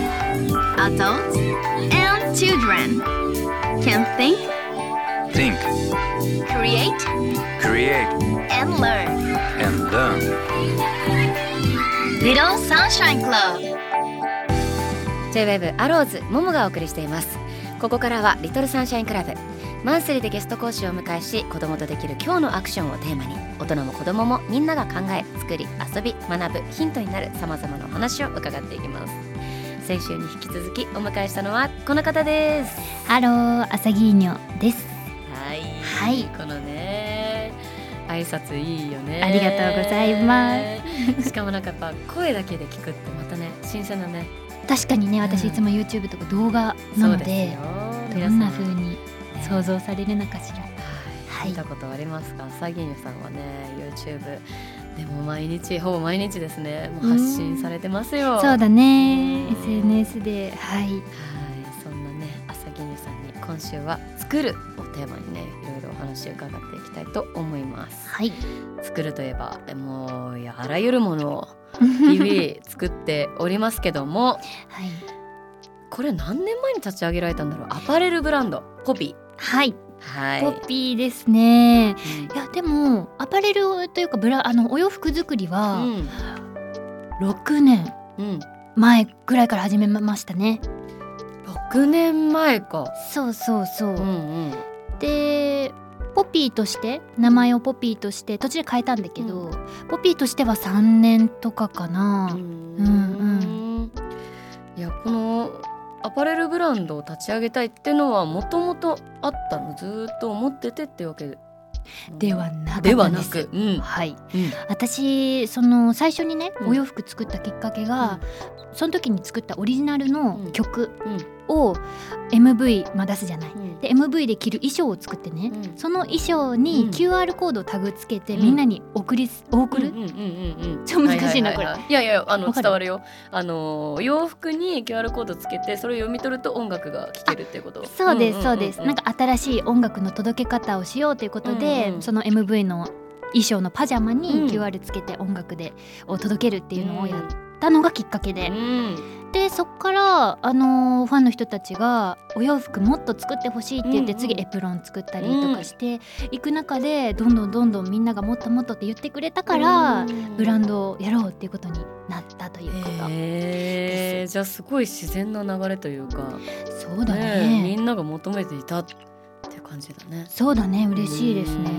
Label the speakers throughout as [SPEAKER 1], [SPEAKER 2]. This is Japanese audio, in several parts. [SPEAKER 1] Adults and children can think,
[SPEAKER 2] Think,
[SPEAKER 1] create,
[SPEAKER 2] create,
[SPEAKER 1] and learn.
[SPEAKER 2] and learn.
[SPEAKER 1] Little Sunshine Club.
[SPEAKER 3] J-WAVE アローズモモがお送りしていますここからはリトルサンシャインクラブマンスリーでゲスト講師をお迎えし子供とできる今日のアクションをテーマに大人も子供もみんなが考え作り遊び学ぶヒントになる様々なお話を伺っていきます先週に引き続きお迎えしたのはこの方です
[SPEAKER 4] ハロー、アサギーニョです。
[SPEAKER 3] はい
[SPEAKER 4] はい
[SPEAKER 3] このね挨拶いいよね
[SPEAKER 4] ありがとうござい
[SPEAKER 3] すしかもなんかやっぱ声だけで聞くってまたね新鮮なね
[SPEAKER 4] 確かにね、私
[SPEAKER 3] うん
[SPEAKER 4] いつも YouTube とか動画な
[SPEAKER 3] そう
[SPEAKER 4] の
[SPEAKER 3] です
[SPEAKER 4] で、
[SPEAKER 3] よ
[SPEAKER 4] ど
[SPEAKER 3] 皆さ
[SPEAKER 4] ん
[SPEAKER 3] ん
[SPEAKER 4] な風に
[SPEAKER 3] ね
[SPEAKER 4] 想像されるのかしら。
[SPEAKER 3] は、
[SPEAKER 4] はいい
[SPEAKER 3] 見たことありますかサギーニョさんはね YouTube でも毎日ほぼ毎日ですねもう発信されてますよ
[SPEAKER 4] そう
[SPEAKER 3] はい
[SPEAKER 4] だね
[SPEAKER 3] うん、
[SPEAKER 4] SNS で、はい、
[SPEAKER 3] そんなねアサギーニョさんに今週は「作る」をテーマにねいろいろお話を伺っていきたいと思います
[SPEAKER 4] はい、
[SPEAKER 3] 作るといえばえもういやあらゆるものを日々作っておりますけども
[SPEAKER 4] はい、
[SPEAKER 3] これ何年前に立ち上げられたんだろうアパレルブランドポピ
[SPEAKER 4] はい、
[SPEAKER 3] はい
[SPEAKER 4] ポピーですね。
[SPEAKER 3] うん
[SPEAKER 4] いや、でも、アパレルというか、ブラ、あの、お洋服作りは
[SPEAKER 3] うん
[SPEAKER 4] 6年
[SPEAKER 3] うん、
[SPEAKER 4] 前ぐらいから始めましたね。
[SPEAKER 3] 6年前か
[SPEAKER 4] そうそうそう。
[SPEAKER 3] うんうん
[SPEAKER 4] でポピーとして名前をポピーとして途中で変えたんだけど、
[SPEAKER 3] う
[SPEAKER 4] ポピーとしては3年とかかな、ん
[SPEAKER 3] うんいやこのアパレルブランドを立ち上げたいってのはもともとあったのずーっと思っててってわけで
[SPEAKER 4] ではなかったんです
[SPEAKER 3] ではなく、うん
[SPEAKER 4] はい、
[SPEAKER 3] うん
[SPEAKER 4] 私その最初にね、
[SPEAKER 3] うん
[SPEAKER 4] お洋服作ったきっかけが、その時に作ったオリジナル
[SPEAKER 3] う
[SPEAKER 4] の
[SPEAKER 3] ん
[SPEAKER 4] 曲
[SPEAKER 3] うん
[SPEAKER 4] を MV、まあ、出すじゃない。
[SPEAKER 3] うん
[SPEAKER 4] で MV で着る衣装を作ってね、
[SPEAKER 3] うん
[SPEAKER 4] その衣装
[SPEAKER 3] う
[SPEAKER 4] に
[SPEAKER 3] ん
[SPEAKER 4] QR コードをタグつけて、
[SPEAKER 3] うん
[SPEAKER 4] みんなに送りすお送る、
[SPEAKER 3] うんうんうんうん
[SPEAKER 4] ちょっと難しいな
[SPEAKER 3] ははははいやいやあの
[SPEAKER 4] わかる
[SPEAKER 3] 伝わるよあのー洋服に QR コードつけてそれを読み取ると音楽が聴けるっていうこと
[SPEAKER 4] そうですそうです、
[SPEAKER 3] ううう
[SPEAKER 4] なんか新しい音楽の届け方をしようということで、
[SPEAKER 3] うんうん
[SPEAKER 4] その MV の衣装のパジャマ
[SPEAKER 3] うん
[SPEAKER 4] に QR つけて音楽でを届けるっていうのをやったのがきっかけ
[SPEAKER 3] う
[SPEAKER 4] で、
[SPEAKER 3] ん
[SPEAKER 4] でそっからあのーファンの人たちがお洋服もっと作ってほしいって言って、
[SPEAKER 3] うんうん
[SPEAKER 4] 次エプロン作ったりとかしていく中でどんどんどんどんみんながもっともっとって言ってくれたから、ブランドをやろうっていうことになったということ、
[SPEAKER 3] へえじゃあすごい自然な流れというか
[SPEAKER 4] そうだ
[SPEAKER 3] ねえみ
[SPEAKER 4] ね
[SPEAKER 3] んなが求めていたって感じだね
[SPEAKER 4] そうだね嬉しいですね、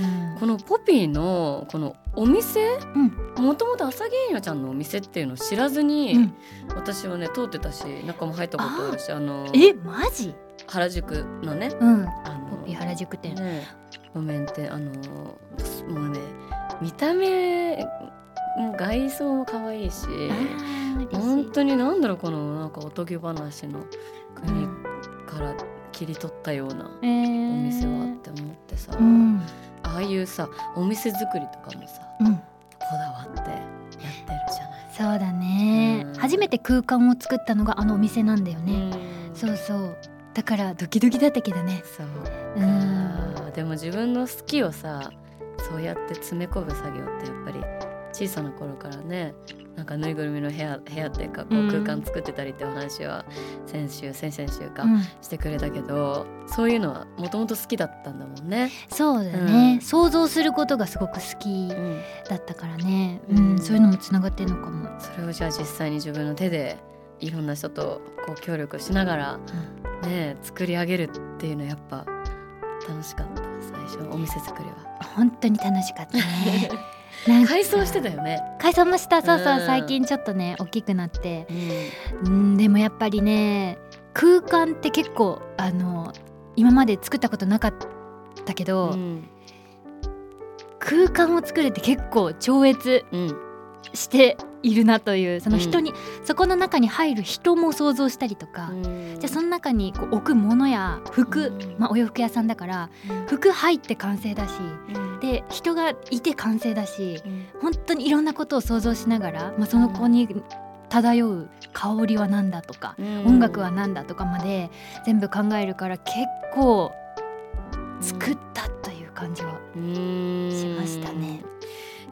[SPEAKER 3] うん
[SPEAKER 4] うん
[SPEAKER 3] このポピーのこのお店
[SPEAKER 4] うん
[SPEAKER 3] もともと朝芸女ちゃんのお店っていうのを知らずに、
[SPEAKER 4] うん
[SPEAKER 3] 私はね通ってたし中も入ったことあるしあの
[SPEAKER 4] えマジ
[SPEAKER 3] 原宿のね
[SPEAKER 4] うん
[SPEAKER 3] あの
[SPEAKER 4] ポピー原宿店、
[SPEAKER 3] ね路面店あのもうね見た目も外装も可愛いし
[SPEAKER 4] あー嬉し
[SPEAKER 3] 本
[SPEAKER 4] い
[SPEAKER 3] 当に何だろうこのなんかおとぎ話の
[SPEAKER 4] う
[SPEAKER 3] 国
[SPEAKER 4] ん
[SPEAKER 3] から切り取ったような
[SPEAKER 4] え
[SPEAKER 3] お
[SPEAKER 4] ー
[SPEAKER 3] 店はって思ってさ、
[SPEAKER 4] うん
[SPEAKER 3] ああいうさお店作りとかもさ
[SPEAKER 4] うん
[SPEAKER 3] こだわってやってるじゃない。
[SPEAKER 4] そうだね、
[SPEAKER 3] うん
[SPEAKER 4] 初めて空間を作ったのがあのお店なんだよね、
[SPEAKER 3] うん
[SPEAKER 4] そうそうだからドキドキだったけどね
[SPEAKER 3] そう
[SPEAKER 4] うん
[SPEAKER 3] かでも自分の好きをさそうやって詰め込む作業ってやっぱり小さな頃からねなんかぬいぐるみの部屋部屋っていうかこ
[SPEAKER 4] う
[SPEAKER 3] うん空間作ってたりってお話は先週先々週か
[SPEAKER 4] うん
[SPEAKER 3] してくれたけど、そういうのはもともと好きだったんだもんね。
[SPEAKER 4] そうだね、
[SPEAKER 3] うん
[SPEAKER 4] 想像することがすごく好き
[SPEAKER 3] うん
[SPEAKER 4] だったからね、う
[SPEAKER 3] うん
[SPEAKER 4] ん、そういうのもつながってるのかも、
[SPEAKER 3] それをじゃあ実際に自分の手でいろんな人とこう協力しながら、ねえ、作り上げるっていうのはやっぱ楽しかった最初のお店作りは。
[SPEAKER 4] 本当に楽しかったね なんか
[SPEAKER 3] 改装してたよね。
[SPEAKER 4] 改装もしたそうそう、
[SPEAKER 3] うん
[SPEAKER 4] 最近ちょっとね大きくなってうんでもやっぱりね空間って結構あの今まで作ったことなかったけど、
[SPEAKER 3] うん
[SPEAKER 4] 空間を作るって結構超越
[SPEAKER 3] うん
[SPEAKER 4] しているなというその
[SPEAKER 3] うん
[SPEAKER 4] 人に、そこの中に入る人も想像したりとか、
[SPEAKER 3] うん
[SPEAKER 4] じゃあその中にこう置くものや服、
[SPEAKER 3] うん
[SPEAKER 4] まあ、お洋服屋さんだから
[SPEAKER 3] うん
[SPEAKER 4] 服入って完成だし
[SPEAKER 3] うん
[SPEAKER 4] で人がいて完成だし
[SPEAKER 3] うん
[SPEAKER 4] 本当にいろんなことを想像しながら、まあ、その子に漂う香りは何だとか音楽はなんだとかまで全部考えるから結構作ったという感じは
[SPEAKER 3] うん
[SPEAKER 4] しましたね。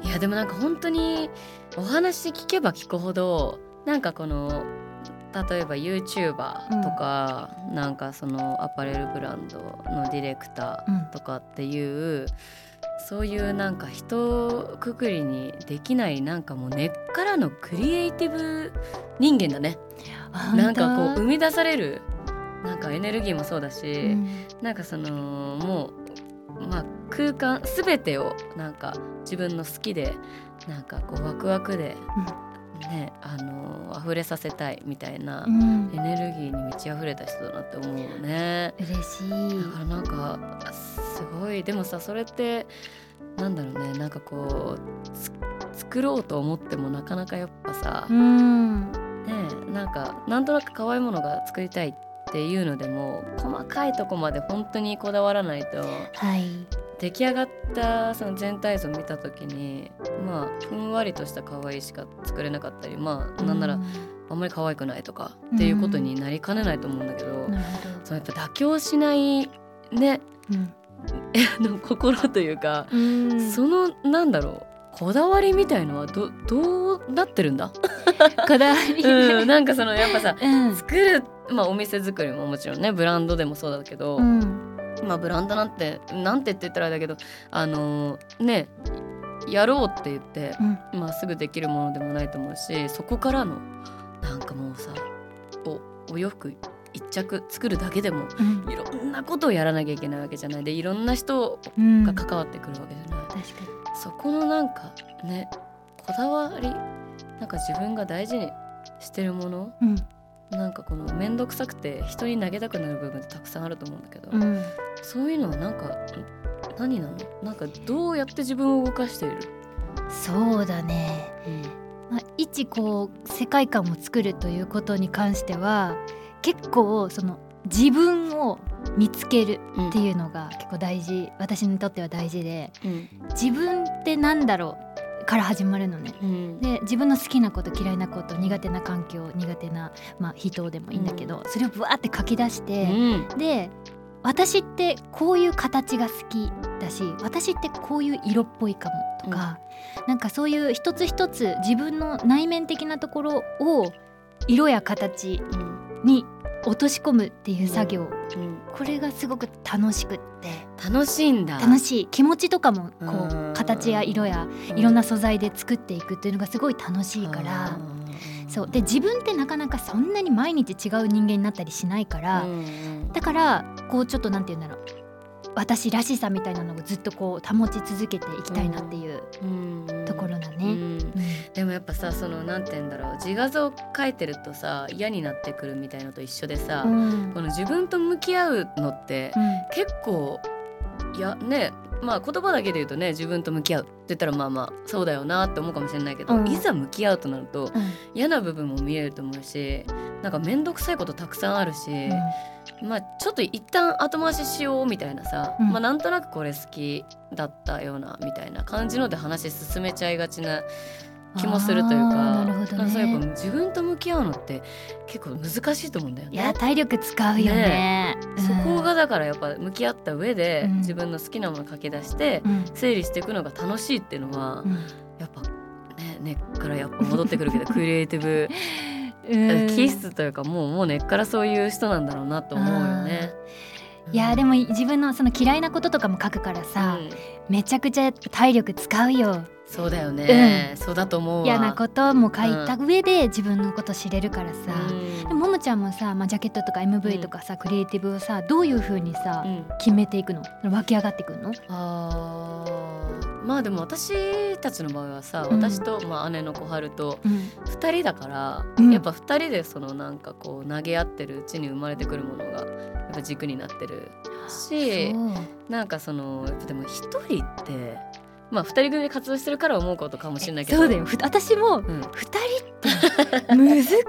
[SPEAKER 3] いややでもなんか本当にお話聞けば聞くほどなんかこの例えば YouTuber とか、なんかそのアパレルブランドのディレクタ
[SPEAKER 4] うん
[SPEAKER 3] ーとかっていう、そういうなんか人くくりにできないなんかもう根っからのクリエイティブ人間だね。なんかこう生み出されるなんかエネルギーもそうだし、
[SPEAKER 4] う、うん
[SPEAKER 3] なんかそのもう、まあ、空間全てをなんか自分の好きでなんかこうワクワクで、ねあの溢れさせたいみたいな
[SPEAKER 4] う、ん
[SPEAKER 3] エネルギーに満ち溢れた人だなって思うよね。
[SPEAKER 4] 嬉しい、
[SPEAKER 3] だからなんかすごいでもさそれってなんだろうねなんかこうつ作ろうと思ってもなかなかやっぱさ、
[SPEAKER 4] うん
[SPEAKER 3] ねえなんかなんとなく可愛いものが作りたいっていうのでも細かいとこまで本当にこだわらないと
[SPEAKER 4] はい
[SPEAKER 3] 出来上がったその全体像を見た時にまあふんわりとした可愛いしか作れなかったりまあなんな
[SPEAKER 4] う
[SPEAKER 3] らあんまり可愛くないとかっていうことになりかねないと思うんだけど、
[SPEAKER 4] なるほど
[SPEAKER 3] そのやっぱ妥協しないねあの心というか、
[SPEAKER 4] うん、
[SPEAKER 3] そのなんだろうこだわりみたいのはどどうなってるんだ、
[SPEAKER 4] こだわり、
[SPEAKER 3] うん、 なんかそのやっぱさ
[SPEAKER 4] うん
[SPEAKER 3] 作る、まあ、お店作りももちろんねブランドでもそうだけど、
[SPEAKER 4] うん
[SPEAKER 3] まあブランドなんてなんてって言ったらあれだけどあのーねやろうって言って、
[SPEAKER 4] うん
[SPEAKER 3] まあ、すぐできるものでもないと思うしそこからのなんかもうさおお洋服一着作るだけでも
[SPEAKER 4] うん
[SPEAKER 3] いろんなことをやらなきゃいけないわけじゃないでいろんな人
[SPEAKER 4] うん、
[SPEAKER 3] が
[SPEAKER 4] 確か
[SPEAKER 3] 関わってくるわけじゃない、
[SPEAKER 4] に
[SPEAKER 3] そこのなんかねこだわりなんか自分が大事にしてるもの
[SPEAKER 4] うん
[SPEAKER 3] なんかこの面倒くさくて人に投げたくなる部分ってたくさんあると思うんだけど、
[SPEAKER 4] うん
[SPEAKER 3] そういうのはなんかん何なのなんかどうやって自分を動かしている、
[SPEAKER 4] そうだね、まあ、一こう世界観を作るということに関しては結構その自分を見つける
[SPEAKER 3] うん
[SPEAKER 4] っていうのが結構大事私にとっては大事で
[SPEAKER 3] うん
[SPEAKER 4] 自分ってなんだろうから始まるのね。
[SPEAKER 3] うん
[SPEAKER 4] で自分の好きなこと嫌いなこと苦手な環境苦手な、まあ、人でもいいんだけど、それをぶわって書き出して、で私ってこういう形が好きだし私ってこういう色っぽいかもとか、なんかそういう一つ一つ自分の内面的なところを色や形に落とし込むっていう作業、これがすごく楽しくって
[SPEAKER 3] 楽しいんだ
[SPEAKER 4] 楽しい気持ちとかもこ
[SPEAKER 3] う
[SPEAKER 4] うん形や色やいろんな素材で作っていくっていうのがすごい楽しいから。そうで自分ってなかなかそんなに毎日違う人間になったりしないから、だからこうちょっとなんて言うんだろう私らしさみたいなのをずっとこう保ち続けていきたいなっていうところだ
[SPEAKER 3] ね、う
[SPEAKER 4] ね。
[SPEAKER 3] んでもやっぱさそのなんて言うんだろう自画像描いてるとさ嫌になってくるみたいのと一緒でさ、
[SPEAKER 4] うん
[SPEAKER 3] この自分と向き合うのって結構いやねまあ言葉だけで言うとね自分と向き合うって言ったらまあまあそうだよなって思うかもしれないけど、
[SPEAKER 4] うん
[SPEAKER 3] いざ向き合うとなると
[SPEAKER 4] うん
[SPEAKER 3] 嫌な部分も見えると思うしなんか面倒くさいことたくさんあるし、まあちょっと一旦後回ししようみたいなさ、
[SPEAKER 4] うん
[SPEAKER 3] まあなんとなくこれ好きだったようなみたいな感じので話進めちゃいがちな気もするという
[SPEAKER 4] あ
[SPEAKER 3] か
[SPEAKER 4] ーなるほどね
[SPEAKER 3] なんかそうやっぱ自分と向き合うのって結構難しいと思うんだよ
[SPEAKER 4] い
[SPEAKER 3] ね。
[SPEAKER 4] や体力使うよね。うん
[SPEAKER 3] そこがだからやっぱ向き合った上で、
[SPEAKER 4] うん
[SPEAKER 3] 自分の好きなもの書き出して
[SPEAKER 4] うん
[SPEAKER 3] 整理していくのが楽しいっていうのは、
[SPEAKER 4] うん
[SPEAKER 3] やっぱね根っからやっぱ戻ってくるけ どクリエイティブ
[SPEAKER 4] うん
[SPEAKER 3] 気質というかもうもう根っからそういう人なんだろうなと思うよね。
[SPEAKER 4] いやで
[SPEAKER 3] も
[SPEAKER 4] も自分のその嫌いなこととかも書くからさ、めちゃくちゃやっぱ体力使うよ
[SPEAKER 3] そうだよね、そうだと思うわ。
[SPEAKER 4] 嫌なことも書いた上で自分のこと知れるからさ、
[SPEAKER 3] うん
[SPEAKER 4] でもももちゃんもさ、まあ、ジャケットとか MV とかさ、クリエイティブをさどういう風にさ、
[SPEAKER 3] うん
[SPEAKER 4] 決めていくの湧き上がってくるの
[SPEAKER 3] あーまあでも私たちの場合はさ、
[SPEAKER 4] うん
[SPEAKER 3] 私と、まあ、姉の小春と
[SPEAKER 4] うん
[SPEAKER 3] 2人だから、
[SPEAKER 4] うん
[SPEAKER 3] やっぱ2人でそのなんかこう投げ合ってるうちに生まれてくるものがやっぱ軸になってるしなんかそのやっぱでも1人ってまあ2人組で活動してるから思うことかもしれないけど
[SPEAKER 4] そうだよふ私も
[SPEAKER 3] うん
[SPEAKER 4] 二人ってむずく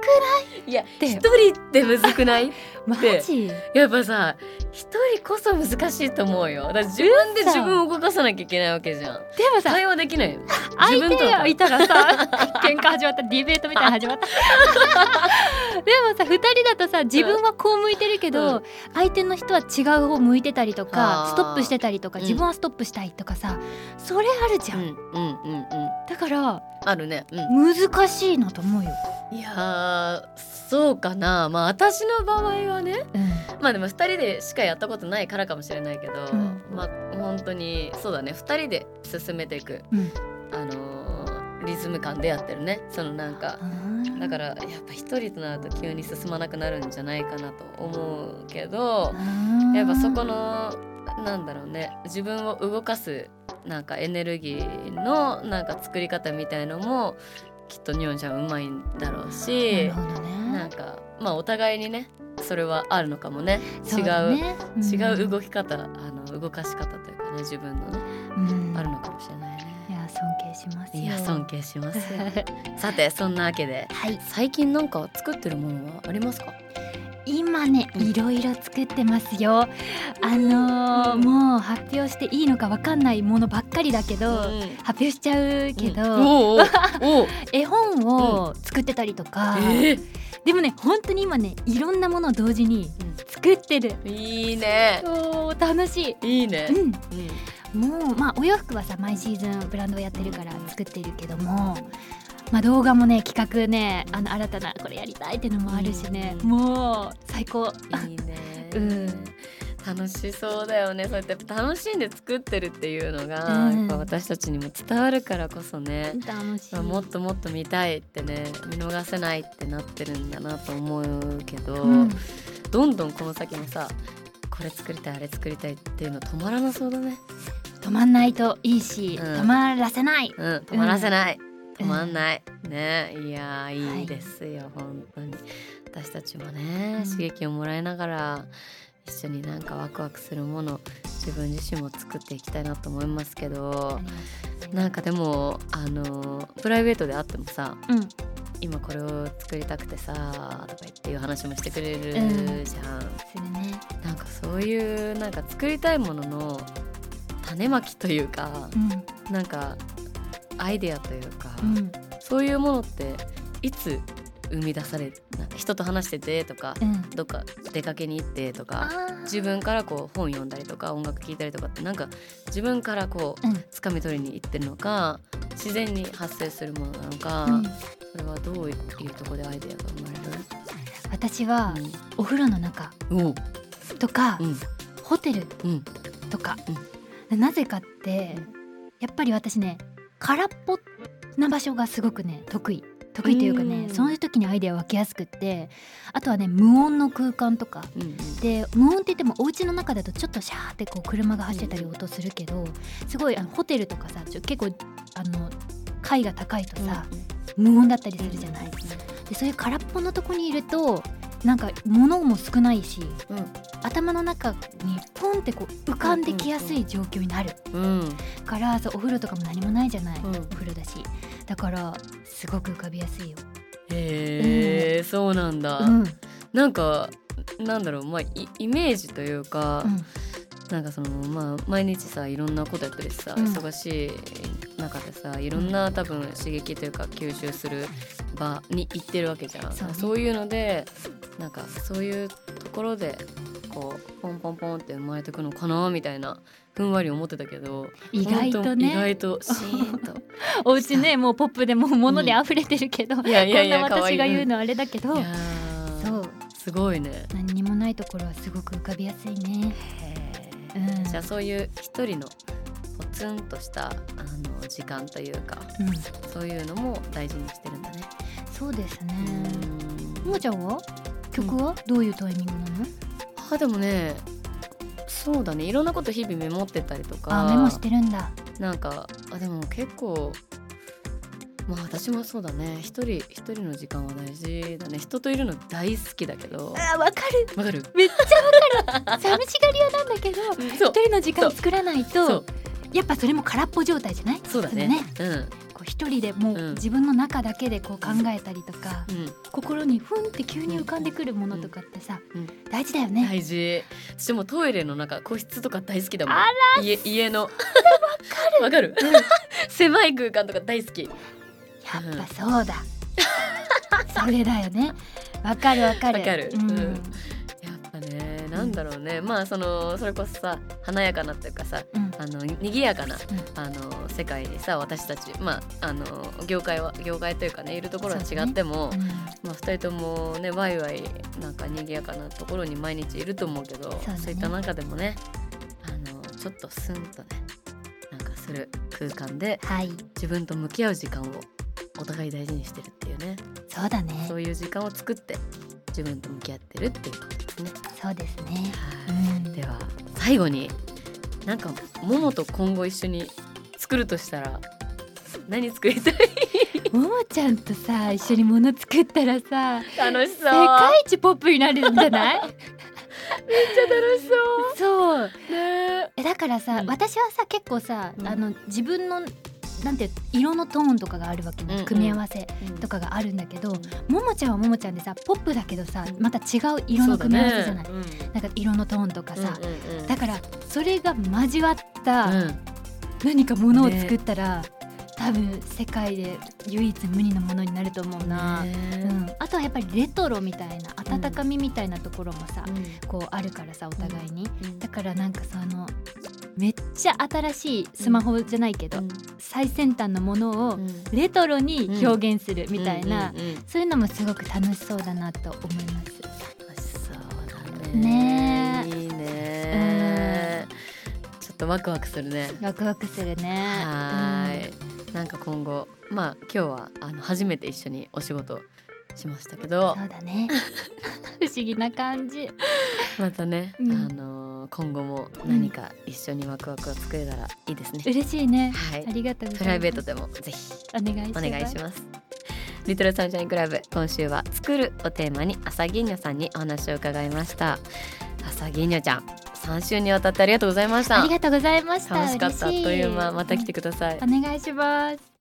[SPEAKER 3] いや
[SPEAKER 4] て
[SPEAKER 3] 1人ってむずくない
[SPEAKER 4] マジ
[SPEAKER 3] やっぱさ1人こそ難しいと思うよだから自分で自分を動かさなきゃいけないわけじゃん
[SPEAKER 4] でもさ
[SPEAKER 3] 会話できないよ
[SPEAKER 4] 相
[SPEAKER 3] 自分と
[SPEAKER 4] 手
[SPEAKER 3] は
[SPEAKER 4] がいたらさ一回喧嘩始まったディベートみたいなの始まった でもさ2人だとさ自分はこう向いてるけど、
[SPEAKER 3] うん
[SPEAKER 4] 相手の人は違う方向いてたりと
[SPEAKER 3] あ
[SPEAKER 4] か
[SPEAKER 3] ー
[SPEAKER 4] ストップしてたりとか
[SPEAKER 3] うん
[SPEAKER 4] 自分はストップしたいとかさ、それあるじゃ、
[SPEAKER 3] うんんうんうんうん
[SPEAKER 4] だから
[SPEAKER 3] あるね、うん、
[SPEAKER 4] 難しいなと思うよ、
[SPEAKER 3] いやーそうかなまあ私の場合はね
[SPEAKER 4] うん
[SPEAKER 3] まあでも2人でしかやったことないからかもしれないけど、
[SPEAKER 4] ん
[SPEAKER 3] まあ本当にそうだね2人で進めていく、
[SPEAKER 4] うん
[SPEAKER 3] あのーリズム感でやってるねそのなんかだからやっぱ一人となると急に進まなくなるんじゃないかなと思うけどやっぱそこのなんだろうね自分を動かすなんかエネルギーのなんか作り方みたいのもきっとニョンちゃんうまいんだろう
[SPEAKER 4] な
[SPEAKER 3] し
[SPEAKER 4] るほど
[SPEAKER 3] なん
[SPEAKER 4] ね
[SPEAKER 3] かまあお互いにねそれはあるのかもね違
[SPEAKER 4] そうだ
[SPEAKER 3] う
[SPEAKER 4] ね
[SPEAKER 3] 違う
[SPEAKER 4] き、
[SPEAKER 3] 動き方あの動かし方というかね自分のね
[SPEAKER 4] うん
[SPEAKER 3] あるのかもしれない
[SPEAKER 4] い
[SPEAKER 3] ね。
[SPEAKER 4] や尊敬しますよ
[SPEAKER 3] いや尊敬し ますよさてそんなわけで
[SPEAKER 4] はい
[SPEAKER 3] 最近なんか作ってるものはありますか
[SPEAKER 4] 今ねいろいろ作ってますよあのー
[SPEAKER 3] うん
[SPEAKER 4] もう発表していいのかわかんないものばっかりだけど、
[SPEAKER 3] ん
[SPEAKER 4] 発表しちゃうけど、
[SPEAKER 3] うんおうおうお う
[SPEAKER 4] 絵本を作ってたりとか、
[SPEAKER 3] え
[SPEAKER 4] でもね本当に今ねいろんなものを同時に
[SPEAKER 3] うん
[SPEAKER 4] 作ってる、
[SPEAKER 3] ーいいね
[SPEAKER 4] そう楽し
[SPEAKER 3] いいね
[SPEAKER 4] い、うん、
[SPEAKER 3] うん
[SPEAKER 4] もうまあお洋服はさ毎シーズンブランドをやってるから作ってるけども、まあ、動画もね企画ねあの新たなこれやりたいってのもあるしね、
[SPEAKER 3] うん
[SPEAKER 4] もう最高
[SPEAKER 3] いい ね
[SPEAKER 4] うん
[SPEAKER 3] 楽しそうだよねそうやって楽しんで作ってるっていうのが、
[SPEAKER 4] うん
[SPEAKER 3] やっぱ私たちにも伝わるからこそね、
[SPEAKER 4] 楽しい
[SPEAKER 3] まあもっともっと見たいってね見逃せないってなってるんだなと思うけど、
[SPEAKER 4] うん
[SPEAKER 3] どんどんこの先もさこれ作りたいあれ作りたいっていうの止まらなそうだね
[SPEAKER 4] 止まんないといいし、
[SPEAKER 3] うん
[SPEAKER 4] 止まらせない
[SPEAKER 3] うん止まらせない、止まんない、ねいやーいいですよ、本当に私たちもね
[SPEAKER 4] うん
[SPEAKER 3] 刺激をもらいながら一緒になんかワクワクするもの自分自身も作っていきたいなと思いますけどなんかでもあのプライベートであってもさ
[SPEAKER 4] うん
[SPEAKER 3] 今これを作りたくてさとか言っていう話もしてくれるじゃん、
[SPEAKER 4] うんするね、
[SPEAKER 3] なんかそういうなんか作りたいものの種まきというか
[SPEAKER 4] う
[SPEAKER 3] なんかアイデアというか、
[SPEAKER 4] んうん
[SPEAKER 3] そういうものっていつ生み出されるなんか人と話しててとか、
[SPEAKER 4] うん、
[SPEAKER 3] どっか出かけに行ってと
[SPEAKER 4] あ
[SPEAKER 3] か
[SPEAKER 4] ー
[SPEAKER 3] 自分からこう本読んだりとか音楽聴いたりとかってなんか自分からこう
[SPEAKER 4] うん
[SPEAKER 3] 掴み取りに行ってるのか自然に発生するものなのか、
[SPEAKER 4] うん
[SPEAKER 3] それはどういうところでアイデアが生ま
[SPEAKER 4] 私は
[SPEAKER 3] れる、
[SPEAKER 4] お風呂の中
[SPEAKER 3] うん、おう
[SPEAKER 4] とか、
[SPEAKER 3] うん
[SPEAKER 4] ホテル
[SPEAKER 3] うん
[SPEAKER 4] とか、なぜかってやっぱり私ね空っぽな場所がすごくね得意得意というかね
[SPEAKER 3] うん
[SPEAKER 4] そういう時にアイデア湧きやすくってあとはね無音の空間とか
[SPEAKER 3] うんうん
[SPEAKER 4] で無音って言ってもお家の中だとちょっとシャーってこう車が走ってたり音するけどすごいあのホテルとかさちょ結構あの階が高いとさ、無音だったりするじゃない、でそういう空っぽのとこにいるとなんか物も少ないし
[SPEAKER 3] うん
[SPEAKER 4] 頭の中にポンってこう浮かんできやすい状況になる
[SPEAKER 3] うんうん
[SPEAKER 4] からそうお風呂とかも何もないじゃない、
[SPEAKER 3] うん
[SPEAKER 4] お風呂だしだからすごく浮かびやすいよ。
[SPEAKER 3] へえ、そうなんだ、
[SPEAKER 4] うんうん
[SPEAKER 3] なんかなんだろうまあいイメージというか、なんかそのまあ毎日さいろんなことやってるしさ、
[SPEAKER 4] うん
[SPEAKER 3] 忙しい中でさいろんな多分刺激というか吸収する場に行ってるわけじゃん
[SPEAKER 4] そうね
[SPEAKER 3] そういうのでなんかそういうところでこうポンポンポンって生まれてくのかなみたいなふんわり思ってたけど
[SPEAKER 4] 意外と
[SPEAKER 3] 本当意
[SPEAKER 4] ね
[SPEAKER 3] 外と シーンと
[SPEAKER 4] お家ねもうポップでもう物で溢れてるけど、
[SPEAKER 3] いやいやいや
[SPEAKER 4] こんな私が
[SPEAKER 3] 可愛い
[SPEAKER 4] 言うのあれだけど、
[SPEAKER 3] いやー
[SPEAKER 4] そう
[SPEAKER 3] すごいね。
[SPEAKER 4] 何にもないところはすごく浮かびやすいね。うん
[SPEAKER 3] じゃあそういう一人のポツンとしたあの時間というか
[SPEAKER 4] うん、
[SPEAKER 3] そういうのも大事にしてるんだね。
[SPEAKER 4] そうですね。ももちゃんは曲はどういうタイミングなの？
[SPEAKER 3] あでもねそうだねいろんなこと日々メモってたりとか
[SPEAKER 4] あメモしてる んだ。
[SPEAKER 3] なんかあでも結構まあ私もそうだね一人一人の時間は大事だね人といるの大好きだけど
[SPEAKER 4] あわかる。
[SPEAKER 3] わかる
[SPEAKER 4] めっちゃわかる。寂しがり屋なんだけど、
[SPEAKER 3] そう
[SPEAKER 4] 一人の時間作らない
[SPEAKER 3] そ
[SPEAKER 4] と
[SPEAKER 3] う
[SPEAKER 4] やっぱそれも空っぽ状態じゃない？
[SPEAKER 3] そうだね
[SPEAKER 4] こう一人でも
[SPEAKER 3] うん
[SPEAKER 4] う自分の中だけでこう考えたりとか、
[SPEAKER 3] うん、うん、
[SPEAKER 4] 心にふんって急に浮かんでくるものとかってさ、
[SPEAKER 3] うん
[SPEAKER 4] 大事だよね。
[SPEAKER 3] 大事私もトイレの中個室とか大好きだもん
[SPEAKER 4] あ
[SPEAKER 3] 家家のわかるわかる狭い空間とか大好き
[SPEAKER 4] やっぱそ うだそれだよねわかるわかる
[SPEAKER 3] わかる
[SPEAKER 4] うん
[SPEAKER 3] うんやっぱねなんだろうねまあそのそれこそさ華やかなというかさ
[SPEAKER 4] うん
[SPEAKER 3] あのにぎやかな、あの世界にさ私たち、まあ、あの業界は業界というかねいるところは
[SPEAKER 4] そうだ
[SPEAKER 3] 違
[SPEAKER 4] ね
[SPEAKER 3] っても、
[SPEAKER 4] うん
[SPEAKER 3] まあ、2人ともねワイワイなんかにぎやかなところに毎日いると思うけどそう
[SPEAKER 4] だね
[SPEAKER 3] ういった中でもねあのちょっとスンとねなんかする空間で
[SPEAKER 4] はい
[SPEAKER 3] 自分と向き合う時間をお互い大事にしてるっていうね
[SPEAKER 4] そうだね
[SPEAKER 3] そういう時間を作って自分と向き合ってるっていうことですね。
[SPEAKER 4] そうですね
[SPEAKER 3] はい
[SPEAKER 4] うん
[SPEAKER 3] では最後になんかももと今後一緒に作るとしたら何作りたい
[SPEAKER 4] ももちゃんとさ一緒に物作ったらさ
[SPEAKER 3] 楽しそう
[SPEAKER 4] 世界一ポップになるんじゃない
[SPEAKER 3] 楽し そ
[SPEAKER 4] そう
[SPEAKER 3] うね
[SPEAKER 4] えだからさ、
[SPEAKER 3] うん
[SPEAKER 4] 私はさ結構さ、
[SPEAKER 3] うん
[SPEAKER 4] あの自分のなんていう色のトーンとかがあるわけね、
[SPEAKER 3] うんうん
[SPEAKER 4] 組み合わせ
[SPEAKER 3] うん
[SPEAKER 4] とかがあるんだけど、ももちゃんはももちゃんでさポップだけどさまた違う
[SPEAKER 3] そ
[SPEAKER 4] 色
[SPEAKER 3] う
[SPEAKER 4] の
[SPEAKER 3] だ
[SPEAKER 4] 組み合わせじゃない、
[SPEAKER 3] ねうん
[SPEAKER 4] なんか色のトーンとかさ、
[SPEAKER 3] うんうんうん
[SPEAKER 4] だからそれが交わった
[SPEAKER 3] うん
[SPEAKER 4] 何かものを作ったら、多分世界で唯一無二のものになると思うな、う
[SPEAKER 3] ね
[SPEAKER 4] ん、あとはやっぱりレトロみたいな温かみみたいなところもさ、こうあるからさお互いに、だからなんかそのめっちゃ新しいスマホじゃないけど、最先端のものをレトロに表現するみたいな、
[SPEAKER 3] うんうんうん
[SPEAKER 4] そういうのもすごく楽しそうだなと思います。
[SPEAKER 3] 楽しそうだね
[SPEAKER 4] ね
[SPEAKER 3] いいねちょっとワクワクするね
[SPEAKER 4] ワクワクするね。
[SPEAKER 3] はーいなんか今後まあ今日はあの初めて一緒にお仕事しましたけ
[SPEAKER 4] うん
[SPEAKER 3] ど
[SPEAKER 4] そうだね。 不思議な感じ。
[SPEAKER 3] またね、
[SPEAKER 4] うん
[SPEAKER 3] あのー今後も何か一緒にワクワクを作れたらいいですね、
[SPEAKER 4] 嬉しいね。
[SPEAKER 3] はい
[SPEAKER 4] ありがとうございます。
[SPEAKER 3] プライベートでもぜひ
[SPEAKER 4] お願いし
[SPEAKER 3] お
[SPEAKER 4] ます。
[SPEAKER 3] 願いしますリトルサンシャインクラブ今週は作るをテーマに朝銀女さんにお話を伺いました朝銀女ちゃん三週にわたってありがとうございました
[SPEAKER 4] ありがとうございました。
[SPEAKER 3] 楽しかったあっ
[SPEAKER 4] 嬉
[SPEAKER 3] という間また来
[SPEAKER 4] ん
[SPEAKER 3] てください
[SPEAKER 4] お願いします。